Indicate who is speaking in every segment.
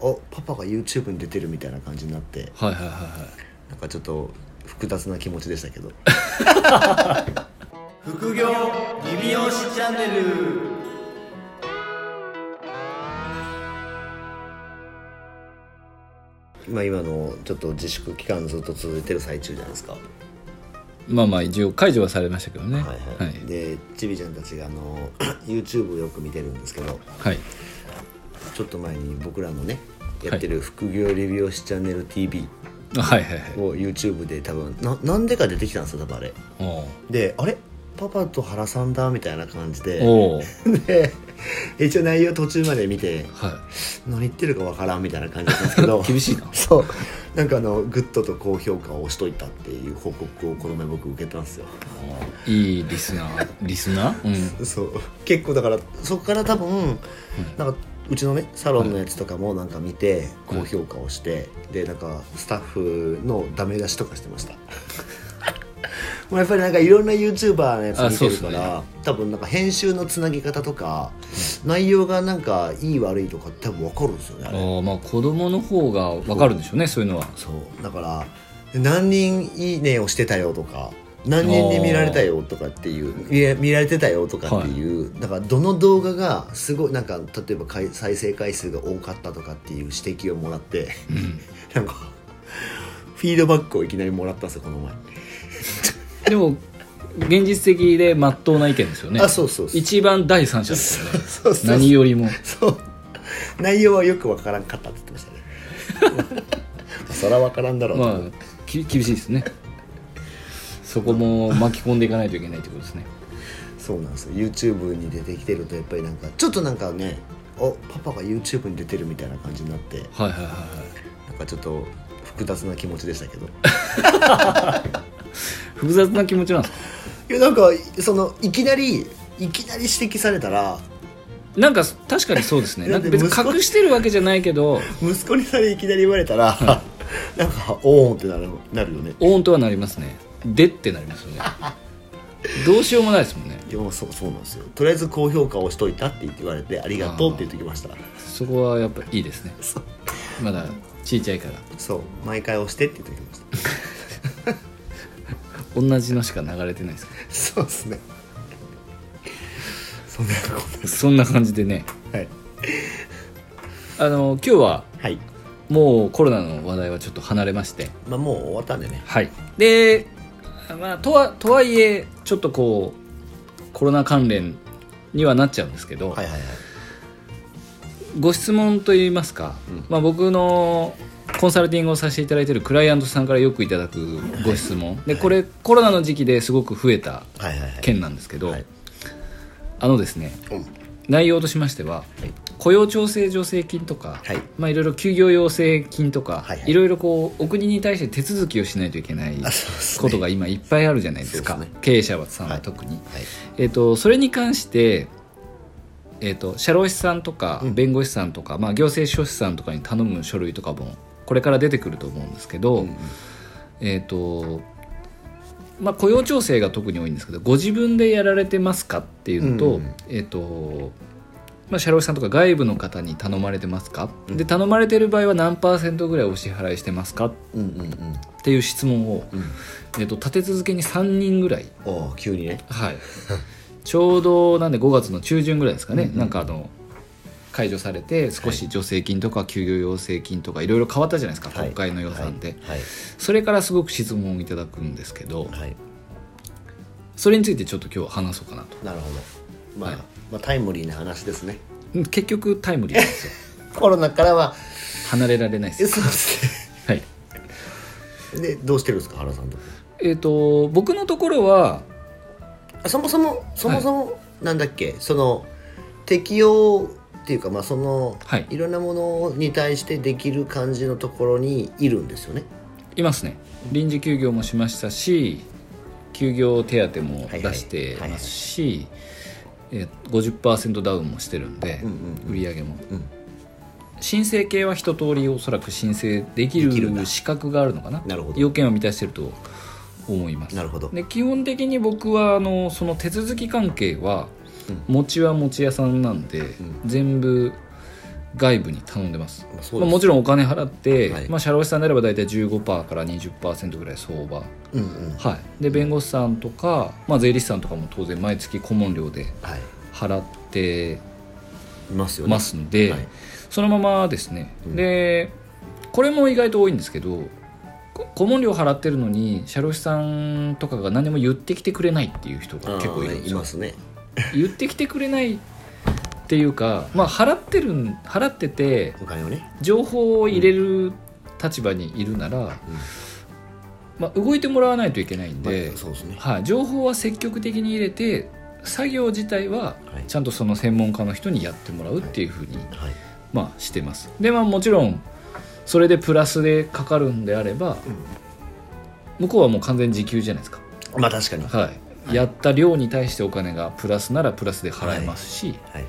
Speaker 1: おパパが YouTube に出てるみたいな感じになって
Speaker 2: はいはいはいはい
Speaker 1: なんかちょっと複雑な気持ちでした けど
Speaker 2: 副業リビオシチャンネル
Speaker 1: まあ今のちょっと自粛期間ずっと続いてる最中じゃないですか、
Speaker 2: まあまあ一応解除はされましたけどね
Speaker 1: はいはいでちびちゃんたちがあの YouTube をよく見てるんですけど
Speaker 2: はい
Speaker 1: ちょっと前に僕らのねやってる副業レビューしチャンネル TV
Speaker 2: あはいはいはい
Speaker 1: を YouTube で多分ななんでか出てきたんですよ多分あれ
Speaker 2: おう
Speaker 1: であれパパと原さんだみたいな感じで
Speaker 2: おう
Speaker 1: で一応内容途中まで見て
Speaker 2: は
Speaker 1: 何言ってるかわからんみたいな感じなんですけど
Speaker 2: 厳しいな
Speaker 1: そうなんかあのグッドと高評価を押しといたっていう報告をこの前僕受けたんですよ
Speaker 2: いいいリスナーリスナーうん
Speaker 1: そう結構だからそこから多分なんかうちのねサロンのやつとかもなんか見て高評価をしてでなんかスタッフのダメ出しとかしてました もうやっぱりなんかいろんな YouTuber のやつ
Speaker 2: あ
Speaker 1: 見てる
Speaker 2: そ
Speaker 1: か
Speaker 2: うっす
Speaker 1: ら、
Speaker 2: ね
Speaker 1: 多分なんか編集のつなぎ方とか、内容がなんかいい悪いとか多分分かるんですよねあれ
Speaker 2: ああまあ子供の方がわかるんでしょうねそういうのは
Speaker 1: そうだから何人いいねをしてたよとか何人に見られたよとかっていう見ら見られてたよとかっていう、だからどの動画がすごいなんか例えば回再生回数が多かったとかっていう指摘をもらって、 なんかフィードバックをいきなりもらったんですよこの前、
Speaker 2: でも現実的で真っ当な意見ですよね
Speaker 1: あそうそうそう
Speaker 2: 一番第三者ですよね
Speaker 1: そうそう
Speaker 2: 何よりも
Speaker 1: そう内容はよくわからんかったって言ってましたね そらわからんだろうと思って
Speaker 2: まあき厳しいですねそこも巻き込んでいかないといけないってことですね
Speaker 1: そうなんですよ YouTube に出てきてるとやっぱりなんかちょっとなんかねおパパが YouTube に出てるみたいな感じになって
Speaker 2: はいはいはいはい
Speaker 1: なんかちょっと複雑な気持ちでしたけど
Speaker 2: 複雑な気持ちなんですか
Speaker 1: いやなんかそのいきなりいきなり指摘されたら
Speaker 2: なんか確かにそうですね
Speaker 1: だ
Speaker 2: な
Speaker 1: っ
Speaker 2: ん
Speaker 1: て
Speaker 2: か別に隠してるわけじゃないけど
Speaker 1: 息子にそれいきなり言われたらなんかおーんってなるなるよね
Speaker 2: オンとはなりますねでってなりますよねどうしようもないですもんね
Speaker 1: いやもうそうそうなんですよとりあえず高評価をしといたって言って言われてありがとうって言ってきました
Speaker 2: そこはやっぱいいですね
Speaker 1: そう
Speaker 2: まだちいちゃいから
Speaker 1: そう毎回押してって言ってきました
Speaker 2: 同じのしか流れてないですか
Speaker 1: そうですねそんなこと
Speaker 2: らそんな感じでね
Speaker 1: はい
Speaker 2: あの今日は
Speaker 1: はい
Speaker 2: もうコロナの話題はちょっと離れまして
Speaker 1: まあもう終わったんでね
Speaker 2: はい、で、まあ、とはとはいえちょっとこうコロナ関連にはなっちゃうんですけど、
Speaker 1: はいはいはい
Speaker 2: ご質問といいますか、
Speaker 1: うん
Speaker 2: まあ、僕のコンサルティングをさせていただいているクライアントさんからよくいただくご質問、でこれコロナの時期ですごく増えた
Speaker 1: はいはいはい
Speaker 2: 件なんですけど、
Speaker 1: はい
Speaker 2: あのですね
Speaker 1: うん
Speaker 2: 内容としましては
Speaker 1: はい
Speaker 2: 雇用調整助成金とか、
Speaker 1: はい
Speaker 2: まあ、いろいろ休業要請金とか、
Speaker 1: はい
Speaker 2: い
Speaker 1: はい
Speaker 2: ろいろこうお国に対して手続きをしないといけない
Speaker 1: あそうですね
Speaker 2: ことが今いっぱいあるじゃないですか
Speaker 1: そうですね
Speaker 2: 経営者さんは特に、えっとそれに関して、えっと社労士さんとか
Speaker 1: うん
Speaker 2: 弁護士さんとか、まあ、行政書士さんとかに頼む書類とかもこれから出てくると思うんですけど、
Speaker 1: うんうん
Speaker 2: えっとまあ、雇用調整が特に多いんですけどご自分でやられてますかっていうのと,、
Speaker 1: うん
Speaker 2: えっとまあ、社労士さんとか外部の方に頼まれてますか、で頼まれてる場合は何パーセントぐらいお支払いしてますかっ
Speaker 1: うんうんうん
Speaker 2: ていう質問を、
Speaker 1: うん
Speaker 2: えっと立て続けに3人ぐらい
Speaker 1: おー急にね
Speaker 2: はい、ちょうどなんで5月の中旬ぐらいですかね、
Speaker 1: うんうん
Speaker 2: なんかあの解除されて少し助成金とか休業要請金とかいろいろ変わったじゃないですか、
Speaker 1: はい
Speaker 2: 国会の予算で、
Speaker 1: はい
Speaker 2: それからすごく質問をいただくんですけど
Speaker 1: はい
Speaker 2: それについてちょっと今日話そうかなと
Speaker 1: なるほどまあ
Speaker 2: はい
Speaker 1: まあタイムリーな話ですね
Speaker 2: うん結局タイムリーなん ですよ
Speaker 1: コロナからは
Speaker 2: 離れられないで
Speaker 1: えそ
Speaker 2: す
Speaker 1: うです
Speaker 2: はい
Speaker 1: ね でどうしてるんですか原さんと
Speaker 2: えっ、と僕のところは
Speaker 1: あそもそもそもそもなんだっけその適用っていうかまあその
Speaker 2: はい
Speaker 1: いろんなものに対してできる感じのところにいるんですよね
Speaker 2: いますね臨時休業もしましたし休業手当も出してますしえー50%ダウンもしてるんで、
Speaker 1: うんうん
Speaker 2: 売り上げも、
Speaker 1: うん
Speaker 2: 申請系は一通りおそらく申請でき
Speaker 1: できるんだ
Speaker 2: る資格があるのかな
Speaker 1: なるほど
Speaker 2: 要件を満たしてると思います
Speaker 1: なるほど
Speaker 2: で基本的に僕はあのその手続き関係は、餅は餅屋さんなんで、全部外部に頼んでます
Speaker 1: まあそう
Speaker 2: ま
Speaker 1: で
Speaker 2: あ、
Speaker 1: す
Speaker 2: もちろんお金払って、
Speaker 1: はい
Speaker 2: まあ、社労士さんであれば大体15%から20%ぐらい相場、
Speaker 1: うんうんは
Speaker 2: はい、で弁護士さんとか、まあ、税理士さんとかも当然毎月顧問料で
Speaker 1: い
Speaker 2: 払って
Speaker 1: いますよね
Speaker 2: ますので、
Speaker 1: はい
Speaker 2: そのままですね、
Speaker 1: うん
Speaker 2: でこれも意外と多いんですけどこ顧問料払ってるのに社労士さんとかが何も言ってきてくれないっていう人が結構いるん
Speaker 1: あー
Speaker 2: です
Speaker 1: い
Speaker 2: よ
Speaker 1: ますね
Speaker 2: 言ってきてくれないっていうか、まあ、払ってるん払ってて
Speaker 1: お金をね
Speaker 2: 情報を入れる立場にいるなら、まあ、動いてもらわないといけないんで
Speaker 1: まあ、そうですね
Speaker 2: はい、情報は積極的に入れて作業自体は
Speaker 1: はい
Speaker 2: ちゃんとその専門家の人にやってもらうっていうふうに、
Speaker 1: はい
Speaker 2: まあ、してますでまあもちろんそれでプラスでかかるんであれば、向こうはもう完全時給じゃないですか、
Speaker 1: まあ確かに
Speaker 2: はいやった量に対してお金がプラスならプラスで払えますし、
Speaker 1: はい
Speaker 2: っ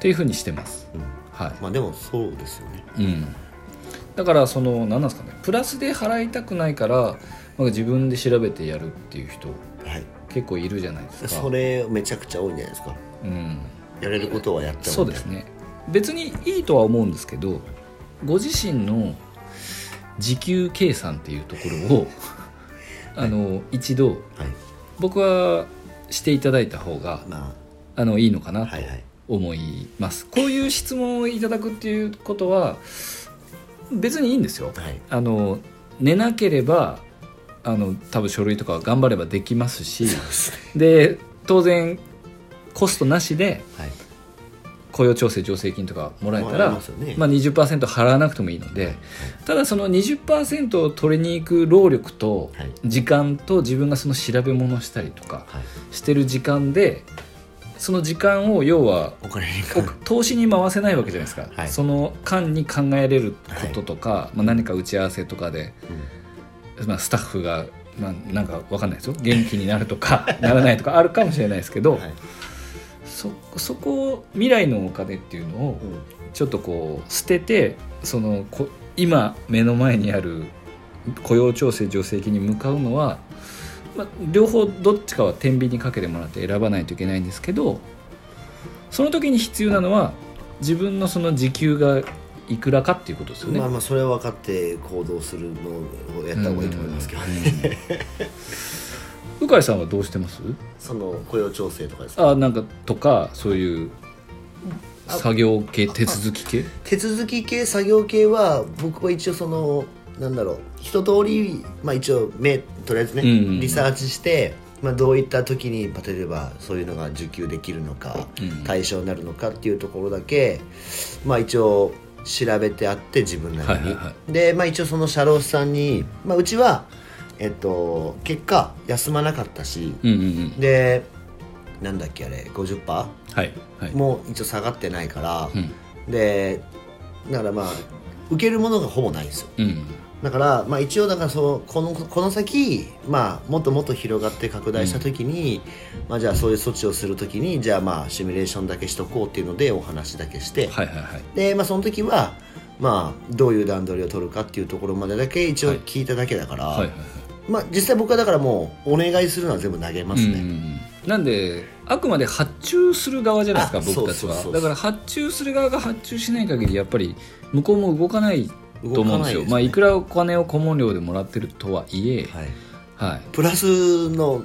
Speaker 2: ていうふうにしてます、
Speaker 1: うん
Speaker 2: は
Speaker 1: まあでもそうですよね
Speaker 2: いうん、だからその何なんですかねプラスで払いたくないから、まあ、自分で調べてやるっていう人
Speaker 1: はい
Speaker 2: 結構いるじゃないですか
Speaker 1: それめちゃくちゃ多いんじゃないですか
Speaker 2: うん、
Speaker 1: やれることはやっちゃ
Speaker 2: そうう
Speaker 1: み
Speaker 2: で
Speaker 1: たい
Speaker 2: す
Speaker 1: な
Speaker 2: ね別にいいとは思うんですけどご自身の時給計算っていうとこ ろをあの一度
Speaker 1: はい
Speaker 2: 僕はしていただいた方が
Speaker 1: ま
Speaker 2: あのいいのか
Speaker 1: あ
Speaker 2: なと
Speaker 1: はいはい
Speaker 2: 思います、こういう質問をいただくっていうことは別にいいんですよ
Speaker 1: はい
Speaker 2: あの寝なければあの多分書類とかは頑張ればできますし
Speaker 1: すね
Speaker 2: で当然コストなしで
Speaker 1: はい
Speaker 2: 雇用調整助成金とかもらえたら、
Speaker 1: まあありますよね
Speaker 2: まあ、20%払わなくてもいいのでただその20%を取りに行く労力と
Speaker 1: はい
Speaker 2: 時間と自分がその調べ物をしたりとか
Speaker 1: はい
Speaker 2: してる時間でその時間を要は
Speaker 1: お金に
Speaker 2: お
Speaker 1: か
Speaker 2: 投資に回せないわけじゃないですか、
Speaker 1: はい
Speaker 2: その間に考えれることとか、まあ、何か打ち合わせとかで、まあ、スタッフが、まあ、なんか分かんないですよ元気になる とかならないとかあるかもしれないですけど、
Speaker 1: はい
Speaker 2: そそこを未来のお金っていうのを
Speaker 1: うん
Speaker 2: ちょっとこう捨ててそのこ今目の前にある雇用調整助成金に向かうのは、まあ、両方どっちかは天秤にかけてもらって選ばないといけないんですけどその時に必要なのは自分のその時給がいくらかっていうことですよね。
Speaker 1: まあまあそれは分かって行動するのをやった方がいいと思いますけどね
Speaker 2: うん。うかいさんはどうしてます
Speaker 1: その雇用調整とかですか
Speaker 2: あなんかとかそういう作業系手続き系
Speaker 1: 手続き系作業系は僕は一応そのなんだろう一通りまあ一応目とりあえずね、
Speaker 2: うんうんうん
Speaker 1: リサーチして、まあ、どういった時にまあ例えばそういうのが受給できるのか、
Speaker 2: うん
Speaker 1: 対象になるのかっていうところだけまあ一応調べてあって自分なりに、
Speaker 2: はいはいは
Speaker 1: で、まあ、一応その社労士さんに、まあ、うちは、えっと、結果休まなかったし、
Speaker 2: うんうんうん
Speaker 1: でなんだっけあれ 50%?
Speaker 2: はいはい
Speaker 1: もう一応下がってないから、
Speaker 2: うん
Speaker 1: でだからまあ受けるものがほぼないんですよ
Speaker 2: うん
Speaker 1: だから、まあ、一応だからそうこのこの先、まあ、もっともっと広がって拡大した時に、まあ、じゃあそういう措置をする時にじゃあまあシミュレーションだけしとこうっていうのでお話だけして、
Speaker 2: はいはいはい
Speaker 1: で、まあ、その時は、まあ、どういう段取りを取るかっていうところまでだけ一応聞いただけだから、
Speaker 2: はいはいはい
Speaker 1: まあ、実際僕はだからもうお願いするのは全部投げますね。
Speaker 2: うんうんうんなんであくまで発注する側じゃないです
Speaker 1: あ
Speaker 2: か僕たち
Speaker 1: そうそう
Speaker 2: は
Speaker 1: そうそう
Speaker 2: だから発注する側が発注しない限りやっぱり向こうも動かないと思うんで
Speaker 1: 動かな
Speaker 2: すよ
Speaker 1: いですね
Speaker 2: まあ、いくらお金を顧問料でもらってるとはいえ、
Speaker 1: はい
Speaker 2: はい、
Speaker 1: プラスの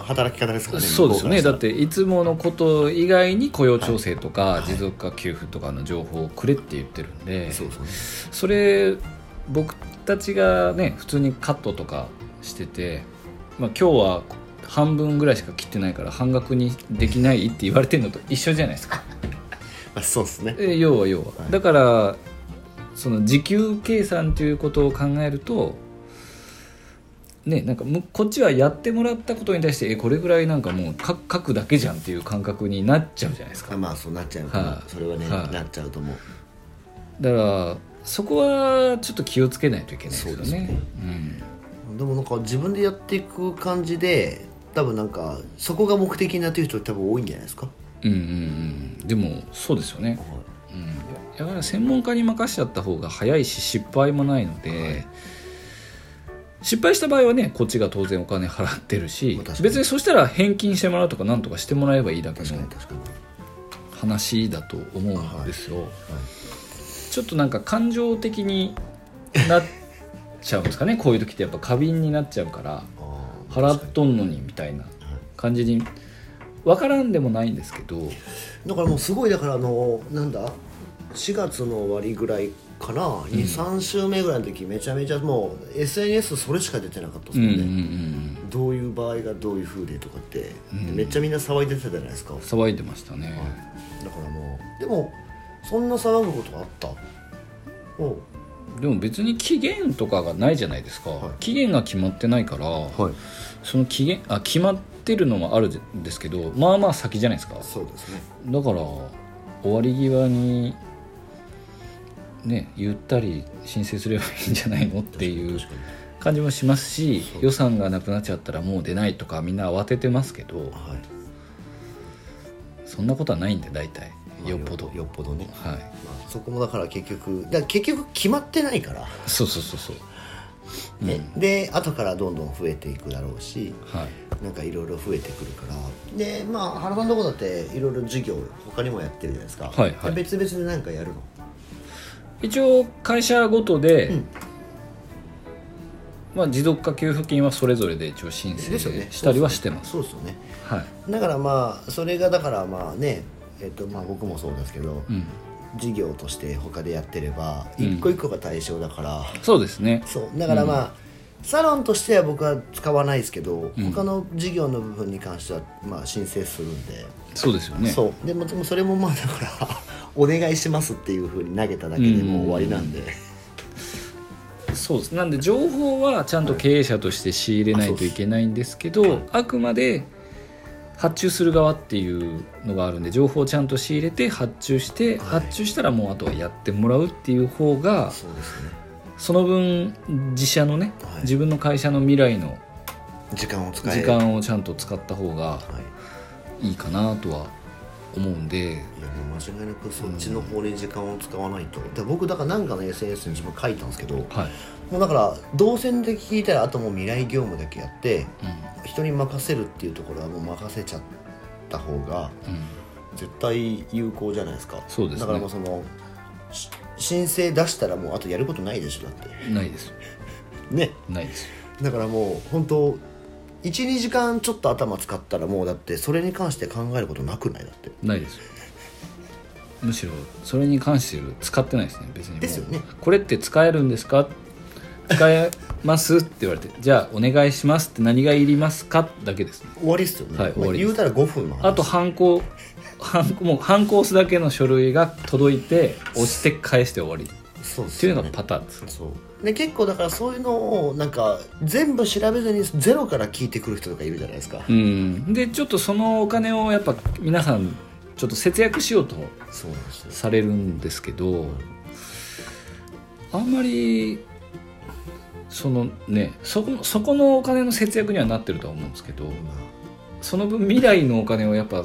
Speaker 1: 働き方ですからね。。
Speaker 2: そうですよねだってていつものこと以外に雇用調整とか、
Speaker 1: い
Speaker 2: 持続化給付とかの情報をくれって言ってるんで
Speaker 1: そうそう、ね。
Speaker 2: それ僕たちがね普通にカットとかしてて、まあ、今日は半分ぐらいしか切ってないから半額にできないって言われてるのと一緒じゃないですか
Speaker 1: まあ、そうですね。
Speaker 2: え要は要は、
Speaker 1: はい
Speaker 2: だからその時給計算ということを考えるとねなんかむこっちはやってもらったことに対してえこれぐらいなんかもう書書くだけじゃんっていう感覚になっちゃうじゃないですか
Speaker 1: あまあそうなっちゃうかな、
Speaker 2: はい
Speaker 1: それはね、
Speaker 2: はい
Speaker 1: なっちゃうと思う
Speaker 2: だからそこはちょっと気をつけないといけないですよ
Speaker 1: そうです
Speaker 2: ね
Speaker 1: ね
Speaker 2: うん
Speaker 1: でもなんか自分でやっていく感じで多分なんかそこが目的になってる人多分多いんじゃないですか、
Speaker 2: うんうんうんでもそうですよね、うん、だから専門家に任しちゃった方が早いし失敗もないので、失敗した場合はねこっちが当然お金払ってるし
Speaker 1: まあ確かに
Speaker 2: 別にそしたら返金してもらうとかなんとかしてもらえばいいだけ
Speaker 1: 確か
Speaker 2: の
Speaker 1: に確かに、
Speaker 2: 話だと思うんですよ、
Speaker 1: はい
Speaker 2: ちょっとなんか感情的になっちゃうんですかねこういう時ってやっぱ過敏になっちゃうから払っとんのにみたいな感じに分からんでもないんですけど
Speaker 1: だからもうすごいだからあのなんだ4月の終わりぐらいかな、23週目ぐらいの時めちゃめちゃもう SNS それしか出てなかったです
Speaker 2: うん
Speaker 1: も
Speaker 2: うんん
Speaker 1: ね、
Speaker 2: うん
Speaker 1: どういう場合がどういう風でとかって、
Speaker 2: うん
Speaker 1: めっちゃみんな騒いでたじゃないですか、
Speaker 2: 騒いでましたね、
Speaker 1: だからもうでもそんな騒ぐことあったお
Speaker 2: でも別に期限とかがないじゃないですか、
Speaker 1: はい
Speaker 2: 期限が決まってないから、
Speaker 1: はい
Speaker 2: その期限あ決まってるのもあるんですけどまあまあ先じゃないですか
Speaker 1: そうですね
Speaker 2: だから終わり際にねゆったり申請すればいいんじゃないのっていう
Speaker 1: 確かに
Speaker 2: 感じもしますし
Speaker 1: そう
Speaker 2: 予算がなくなっちゃったらもう出ないとかみんな慌ててますけど
Speaker 1: はい
Speaker 2: そんなことはないんで大体
Speaker 1: まあ
Speaker 2: よっぽど
Speaker 1: よっぽどね、
Speaker 2: はい
Speaker 1: まあ、そこもだから結局だから結局決まってないから、
Speaker 2: そうそうそうそう
Speaker 1: ねで後からどんどん増えていくだろうし
Speaker 2: はい
Speaker 1: なんかいろいろ増えてくるからでまあ原さんのとこだっていろいろ授業他にもやってるじゃないですか
Speaker 2: はいはい
Speaker 1: で別々で何かやるの
Speaker 2: 一応会社ごとで、
Speaker 1: うん
Speaker 2: まあ、持続化給付金はそれぞれで一応申請
Speaker 1: ですよね
Speaker 2: したりはしてます
Speaker 1: そうですよね
Speaker 2: はい、
Speaker 1: だからまあそれがだからまあねえっとまあ僕もそうですけど、
Speaker 2: うん、
Speaker 1: 事業として他でやってれば
Speaker 2: うん
Speaker 1: 一個一個が対象だから、
Speaker 2: そうですね
Speaker 1: そうだからまあ、サロンとしては僕は使わないですけど、
Speaker 2: うん
Speaker 1: 他の事業の部分に関してはまあ申請するんで、
Speaker 2: そうですよね
Speaker 1: そうでもでもそれもまあだから お願いしますっていうふうに投げただけでもう終わりなんで、
Speaker 2: そうですなんで情報はちゃんと経営者として仕入れないといけないんですけど、あくまで発注する側っていうのがあるんで情報をちゃんと仕入れて発注し
Speaker 1: は
Speaker 2: て、
Speaker 1: い
Speaker 2: 発注したらもうあとはやってもらうっていう方が
Speaker 1: そうですね
Speaker 2: その分自社のね、
Speaker 1: はい
Speaker 2: 自分の会社の未来の
Speaker 1: 時間を使え
Speaker 2: 時間をちゃんと使った方が
Speaker 1: はい
Speaker 2: いいかなとは思うんで
Speaker 1: いやもう間違いなくそっちの方に時間を使わないと、で僕だから何かの SNS に自分書いたんですけど、
Speaker 2: はい、
Speaker 1: もうだから動線で聞いたらあともう未来業務だけやって
Speaker 2: う
Speaker 1: 人に任せるっていうところはもう任せちゃった方が
Speaker 2: んうん、
Speaker 1: 絶対有効じゃないですか
Speaker 2: そうですね
Speaker 1: だからもうそのし申請出したらもうあとやることないでしょだって
Speaker 2: ないです
Speaker 1: ね
Speaker 2: ないです
Speaker 1: だからもう本当12時間ちょっと頭使ったらもうだってそれに関して考えることなくないだって
Speaker 2: ないですむしろそれに関して使ってないですね別にもう
Speaker 1: ですよね
Speaker 2: これって使えるんですか使えますって言われてじゃあお願いしますって何がいりますかだけですね
Speaker 1: 終わりっすよね、
Speaker 2: はい終わりです
Speaker 1: 言うたら5分の話
Speaker 2: あとハンコハンコもうハンコ押すだけの書類が届いて押して返して終わりっ
Speaker 1: そうって
Speaker 2: いうのがパターンです
Speaker 1: そうで結構だからそういうのをなんか全部調べずにゼロから聞いてくる人とかいるじゃないですか、
Speaker 2: うんでちょっとそのお金をやっぱ皆さんちょっと節約しようと
Speaker 1: そうなんです
Speaker 2: されるんですけどあんまりそのねそこそこのお金の節約にはなってるとは思うんですけどその分未来のお金をやっぱ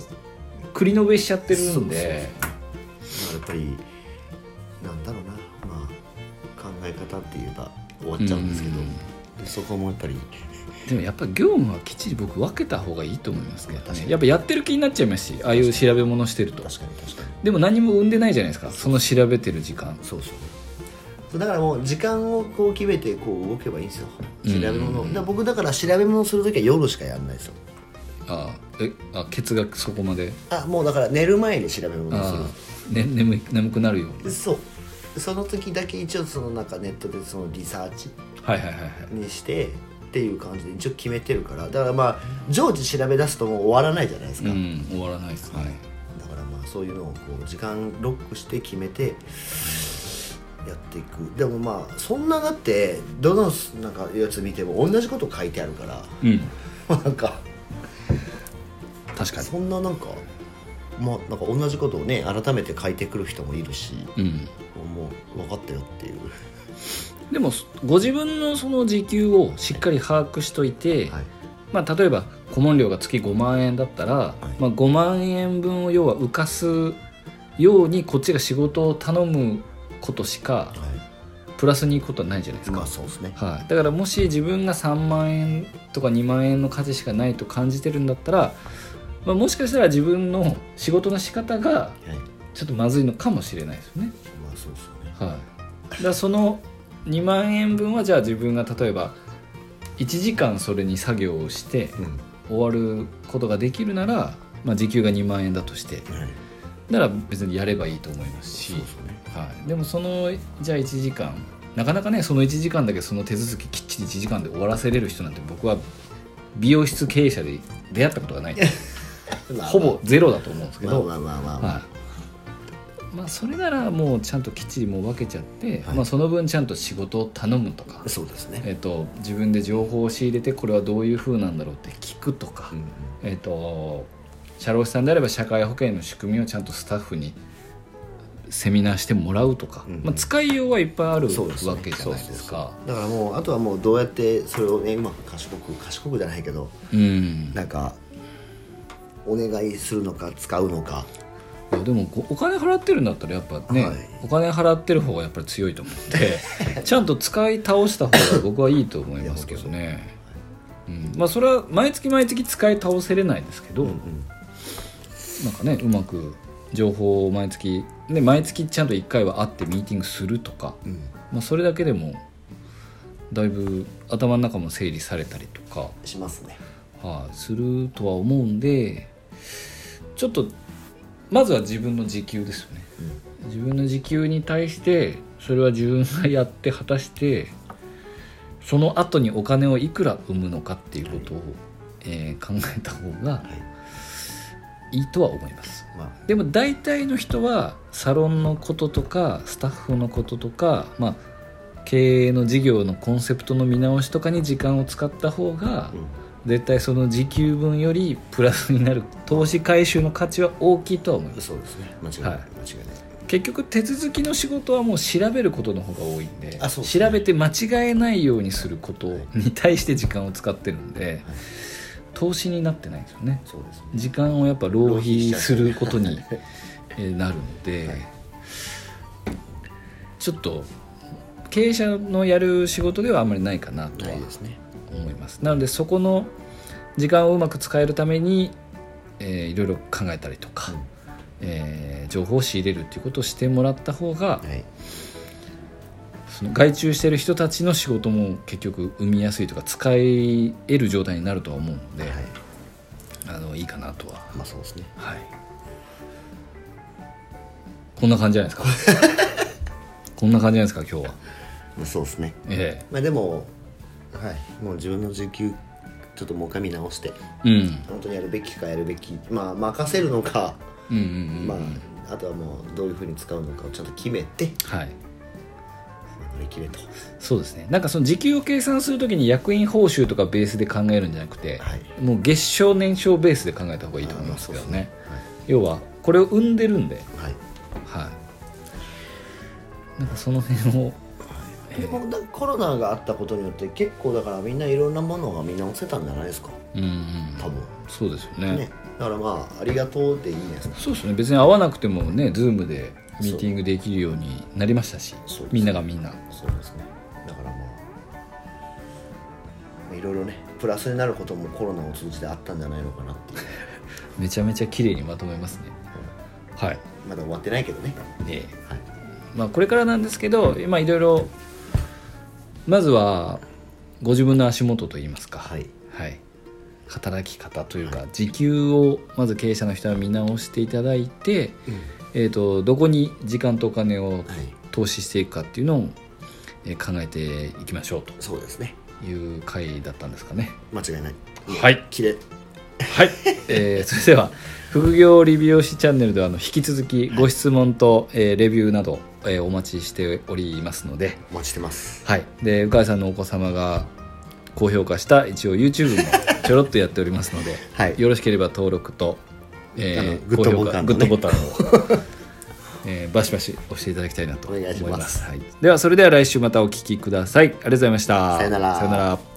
Speaker 2: 繰り延べしちゃってるんで
Speaker 1: やっぱりなんだろうなまあ考え方って言えば終わっちゃうんですけど、
Speaker 2: うん
Speaker 1: でそこもやっぱり
Speaker 2: でもやっぱ業務はきっちり僕分けた方がいいと思いますけど
Speaker 1: 確か
Speaker 2: ね
Speaker 1: に
Speaker 2: やっぱやってる気になっちゃいますしああいう調べ物してると
Speaker 1: 確かに確かに
Speaker 2: でも何も生んでないじゃないですかその調べてる時間
Speaker 1: そうそうそうだからもう時間をこう決めてこう動けばいいんですよ調べ物を
Speaker 2: うん
Speaker 1: だから僕だから調べ物する時は夜しかやんないですよ
Speaker 2: ああえあケツがそこまで
Speaker 1: あもうだから寝る前に調べ物をする
Speaker 2: ああ、ね、眠い眠くなるように
Speaker 1: そうその時だけ一応そのなんかネットでそのリサーチ
Speaker 2: はいはいはいはい
Speaker 1: にしてっていう感じで一応決めてるからだからまあ常時調べ出すともう終わらないじゃないですか、
Speaker 2: うん、終わらないですね、
Speaker 1: だからまあそういうのをこう時間ロックして決めてやっていくでもまあそんなだってどのなんかやつ見ても同じこと書いてあるから
Speaker 2: うん
Speaker 1: まあなんか
Speaker 2: 確かに
Speaker 1: そんななんかまあなんか同じことをね改めて書いてくる人もいるし
Speaker 2: うん
Speaker 1: もう分かったよっていう
Speaker 2: でもご自分のその時給をしっかり把握しといて、
Speaker 1: はい
Speaker 2: まあ、例えば顧問料が月5万円だったら、
Speaker 1: い
Speaker 2: まあ、5万円分を要は浮かすようにこっちが仕事を頼むことしか
Speaker 1: は
Speaker 2: プラスにいくことはないじゃないです
Speaker 1: い
Speaker 2: か、
Speaker 1: まあそうですね
Speaker 2: はい、だからもし自分が3万円とか2万円の価値しかないと感じてるんだったら、まあ、もしかしたら自分の仕事の仕方が
Speaker 1: はい
Speaker 2: ちょっとまずいのかもしれないですよね。
Speaker 1: まあそうですよね
Speaker 2: はい、からその2万円分はじゃあ自分が例えば1時間それに作業をして終わることができるなら、まあ、時給が2万円だとして
Speaker 1: うんはい
Speaker 2: なら別にやればいいと思いますし
Speaker 1: そうですね
Speaker 2: はい、でもそのじゃあ1時間なかなかねその1時間だけその手続ききっちり1時間で終わらせれる人なんて僕は美容室経営者で出会ったことがないほぼゼロだと思うんですけ
Speaker 1: まあ
Speaker 2: ど、
Speaker 1: まあまあまあまあ
Speaker 2: はい、まあそれならもうちゃんときっちりもう分けちゃって、
Speaker 1: はい
Speaker 2: まあ、その分ちゃんと仕事を頼むとか、
Speaker 1: そうですね
Speaker 2: えっと自分で情報を仕入れてこれはどういう風なんだろうって聞くとか、
Speaker 1: うん
Speaker 2: えっと社労士さんであれば社会保険の仕組みをちゃんとスタッフにセミナーしてもらうとか、
Speaker 1: うんうん
Speaker 2: まあ、使いようはいっぱいある
Speaker 1: そうですね
Speaker 2: わけじゃないですか。
Speaker 1: だからもうあとはもうどうやってそれをねうまく賢く賢くじゃないけど
Speaker 2: うん
Speaker 1: なんかお願いするのか使うのか
Speaker 2: いやでもこお金払ってるんだったらやっぱね、
Speaker 1: はい
Speaker 2: お金払ってる方がやっぱり強いと思うん でちゃんと使い倒した方が僕はいいと思いますけどね、うん、まあそれは毎月毎月使い倒せれないですけど、なんかねうまく情報を毎月で毎月ちゃんと1回は会ってミーティングするとか、
Speaker 1: うん
Speaker 2: まあ、それだけでもだいぶ頭の中も整理されたりとか、
Speaker 1: しますね
Speaker 2: はい、するとは思うんでちょっとまずは自分の時給ですよね、自分の時給に対してそれは自分がやって果たしてその後にお金をいくら生むのかっていうことを、えー考えた方がいいとは思います
Speaker 1: まあ
Speaker 2: でも大体の人はサロンのこととかスタッフのこととか、まあ、経営の事業のコンセプトの見直しとかに時間を使った方が、
Speaker 1: うん
Speaker 2: 絶対その時給分よりプラスになる投資回収の価値は大きいとは思います
Speaker 1: そうですね間違い
Speaker 2: は
Speaker 1: ないい間違いない
Speaker 2: 結局手続きの仕事はもう調べることの方が多いんで
Speaker 1: あそうですね
Speaker 2: 調べて間違えないようにすることに対して時間を使ってるんで、
Speaker 1: はい
Speaker 2: 投資になってないんですよね
Speaker 1: そうですね
Speaker 2: 時間をやっぱ浪費することにえーなるので、
Speaker 1: はい
Speaker 2: ちょっと経営者のやる仕事ではあんまりないかなとは
Speaker 1: ないですね
Speaker 2: 思いますなのでそこの時間をうまく使えるために、えーいろいろ考えたりとか、
Speaker 1: うん
Speaker 2: えー情報を仕入れるっていうことをしてもらった方が、
Speaker 1: はい
Speaker 2: その外注してる人たちの仕事も結局生みやすいとか使える状態になるとは思うので、、
Speaker 1: はいい
Speaker 2: あのいいかなとは
Speaker 1: まあそうですね
Speaker 2: はいこんな感じじゃないで すかこんな感じじゃないですか今日は
Speaker 1: まあそうですね
Speaker 2: え
Speaker 1: まあでもはいもう自分の時給ちょっともう一回見直して
Speaker 2: えうん
Speaker 1: 本当にやるべきかやるべきまあ任せるのか
Speaker 2: うんうんうん
Speaker 1: まああとはもうどういうふうに使うのかをちゃんと決めて
Speaker 2: はい
Speaker 1: 乗り切れと
Speaker 2: そうですねなんかその時給を計算するときに役員報酬とかベースで考えるんじゃなくて、
Speaker 1: はい
Speaker 2: もう月賞年賞ベースで考えた方がいいと思いますけどね要はこれを生んでるんで、
Speaker 1: はい
Speaker 2: はい、なんかその辺を
Speaker 1: でもだコロナがあったことによって結構だからみんないろんなものが見直せたんじゃないですか
Speaker 2: うんうん
Speaker 1: 多分
Speaker 2: そうですよね
Speaker 1: ねだからまあありがとうでいいんじゃないですか
Speaker 2: そうですね別に会わなくてもね Zoom でミーティングできるようになりましたし
Speaker 1: そうです
Speaker 2: みんながみんな
Speaker 1: そうですねだからまあいろいろねプラスになることもコロナを通じてあったんじゃないのかなっていう
Speaker 2: めちゃめちゃ綺麗にまとめますねはい
Speaker 1: まだ終わってないけどね
Speaker 2: ええ
Speaker 1: はい
Speaker 2: まあ、これからなんですけど今いろいろまずはご自分の足元といいますか、
Speaker 1: はい
Speaker 2: はい働き方というか時給をまず経営者の人は見直していただいて、えー、とどこに時間とお金を
Speaker 1: はい
Speaker 2: 投資していくかっていうのをえー考えていきましょう
Speaker 1: そうですね
Speaker 2: という回だったんですかね。
Speaker 1: 間違いない
Speaker 2: はい
Speaker 1: きれ
Speaker 2: はい、 えーそれでは副業理美容師チャンネルではあの引き続きご質問と、えーレビューなど、えーお待ちしておりますので、
Speaker 1: お待ちしてます
Speaker 2: はい、で鵜飼さんのお子様が高評価した一応 YouTube もちょろっとやっておりますので、
Speaker 1: はい
Speaker 2: よろしければ登録と、え
Speaker 1: あ
Speaker 2: ー
Speaker 1: のグッドボタン
Speaker 2: 高
Speaker 1: の
Speaker 2: 評価
Speaker 1: ね
Speaker 2: グッドボタンを、 えーバシバシ押していただきたいなと思います
Speaker 1: お願いします
Speaker 2: はい、ではそれでは来週またお聞きくださいありがとうございました
Speaker 1: さよなら
Speaker 2: さよなら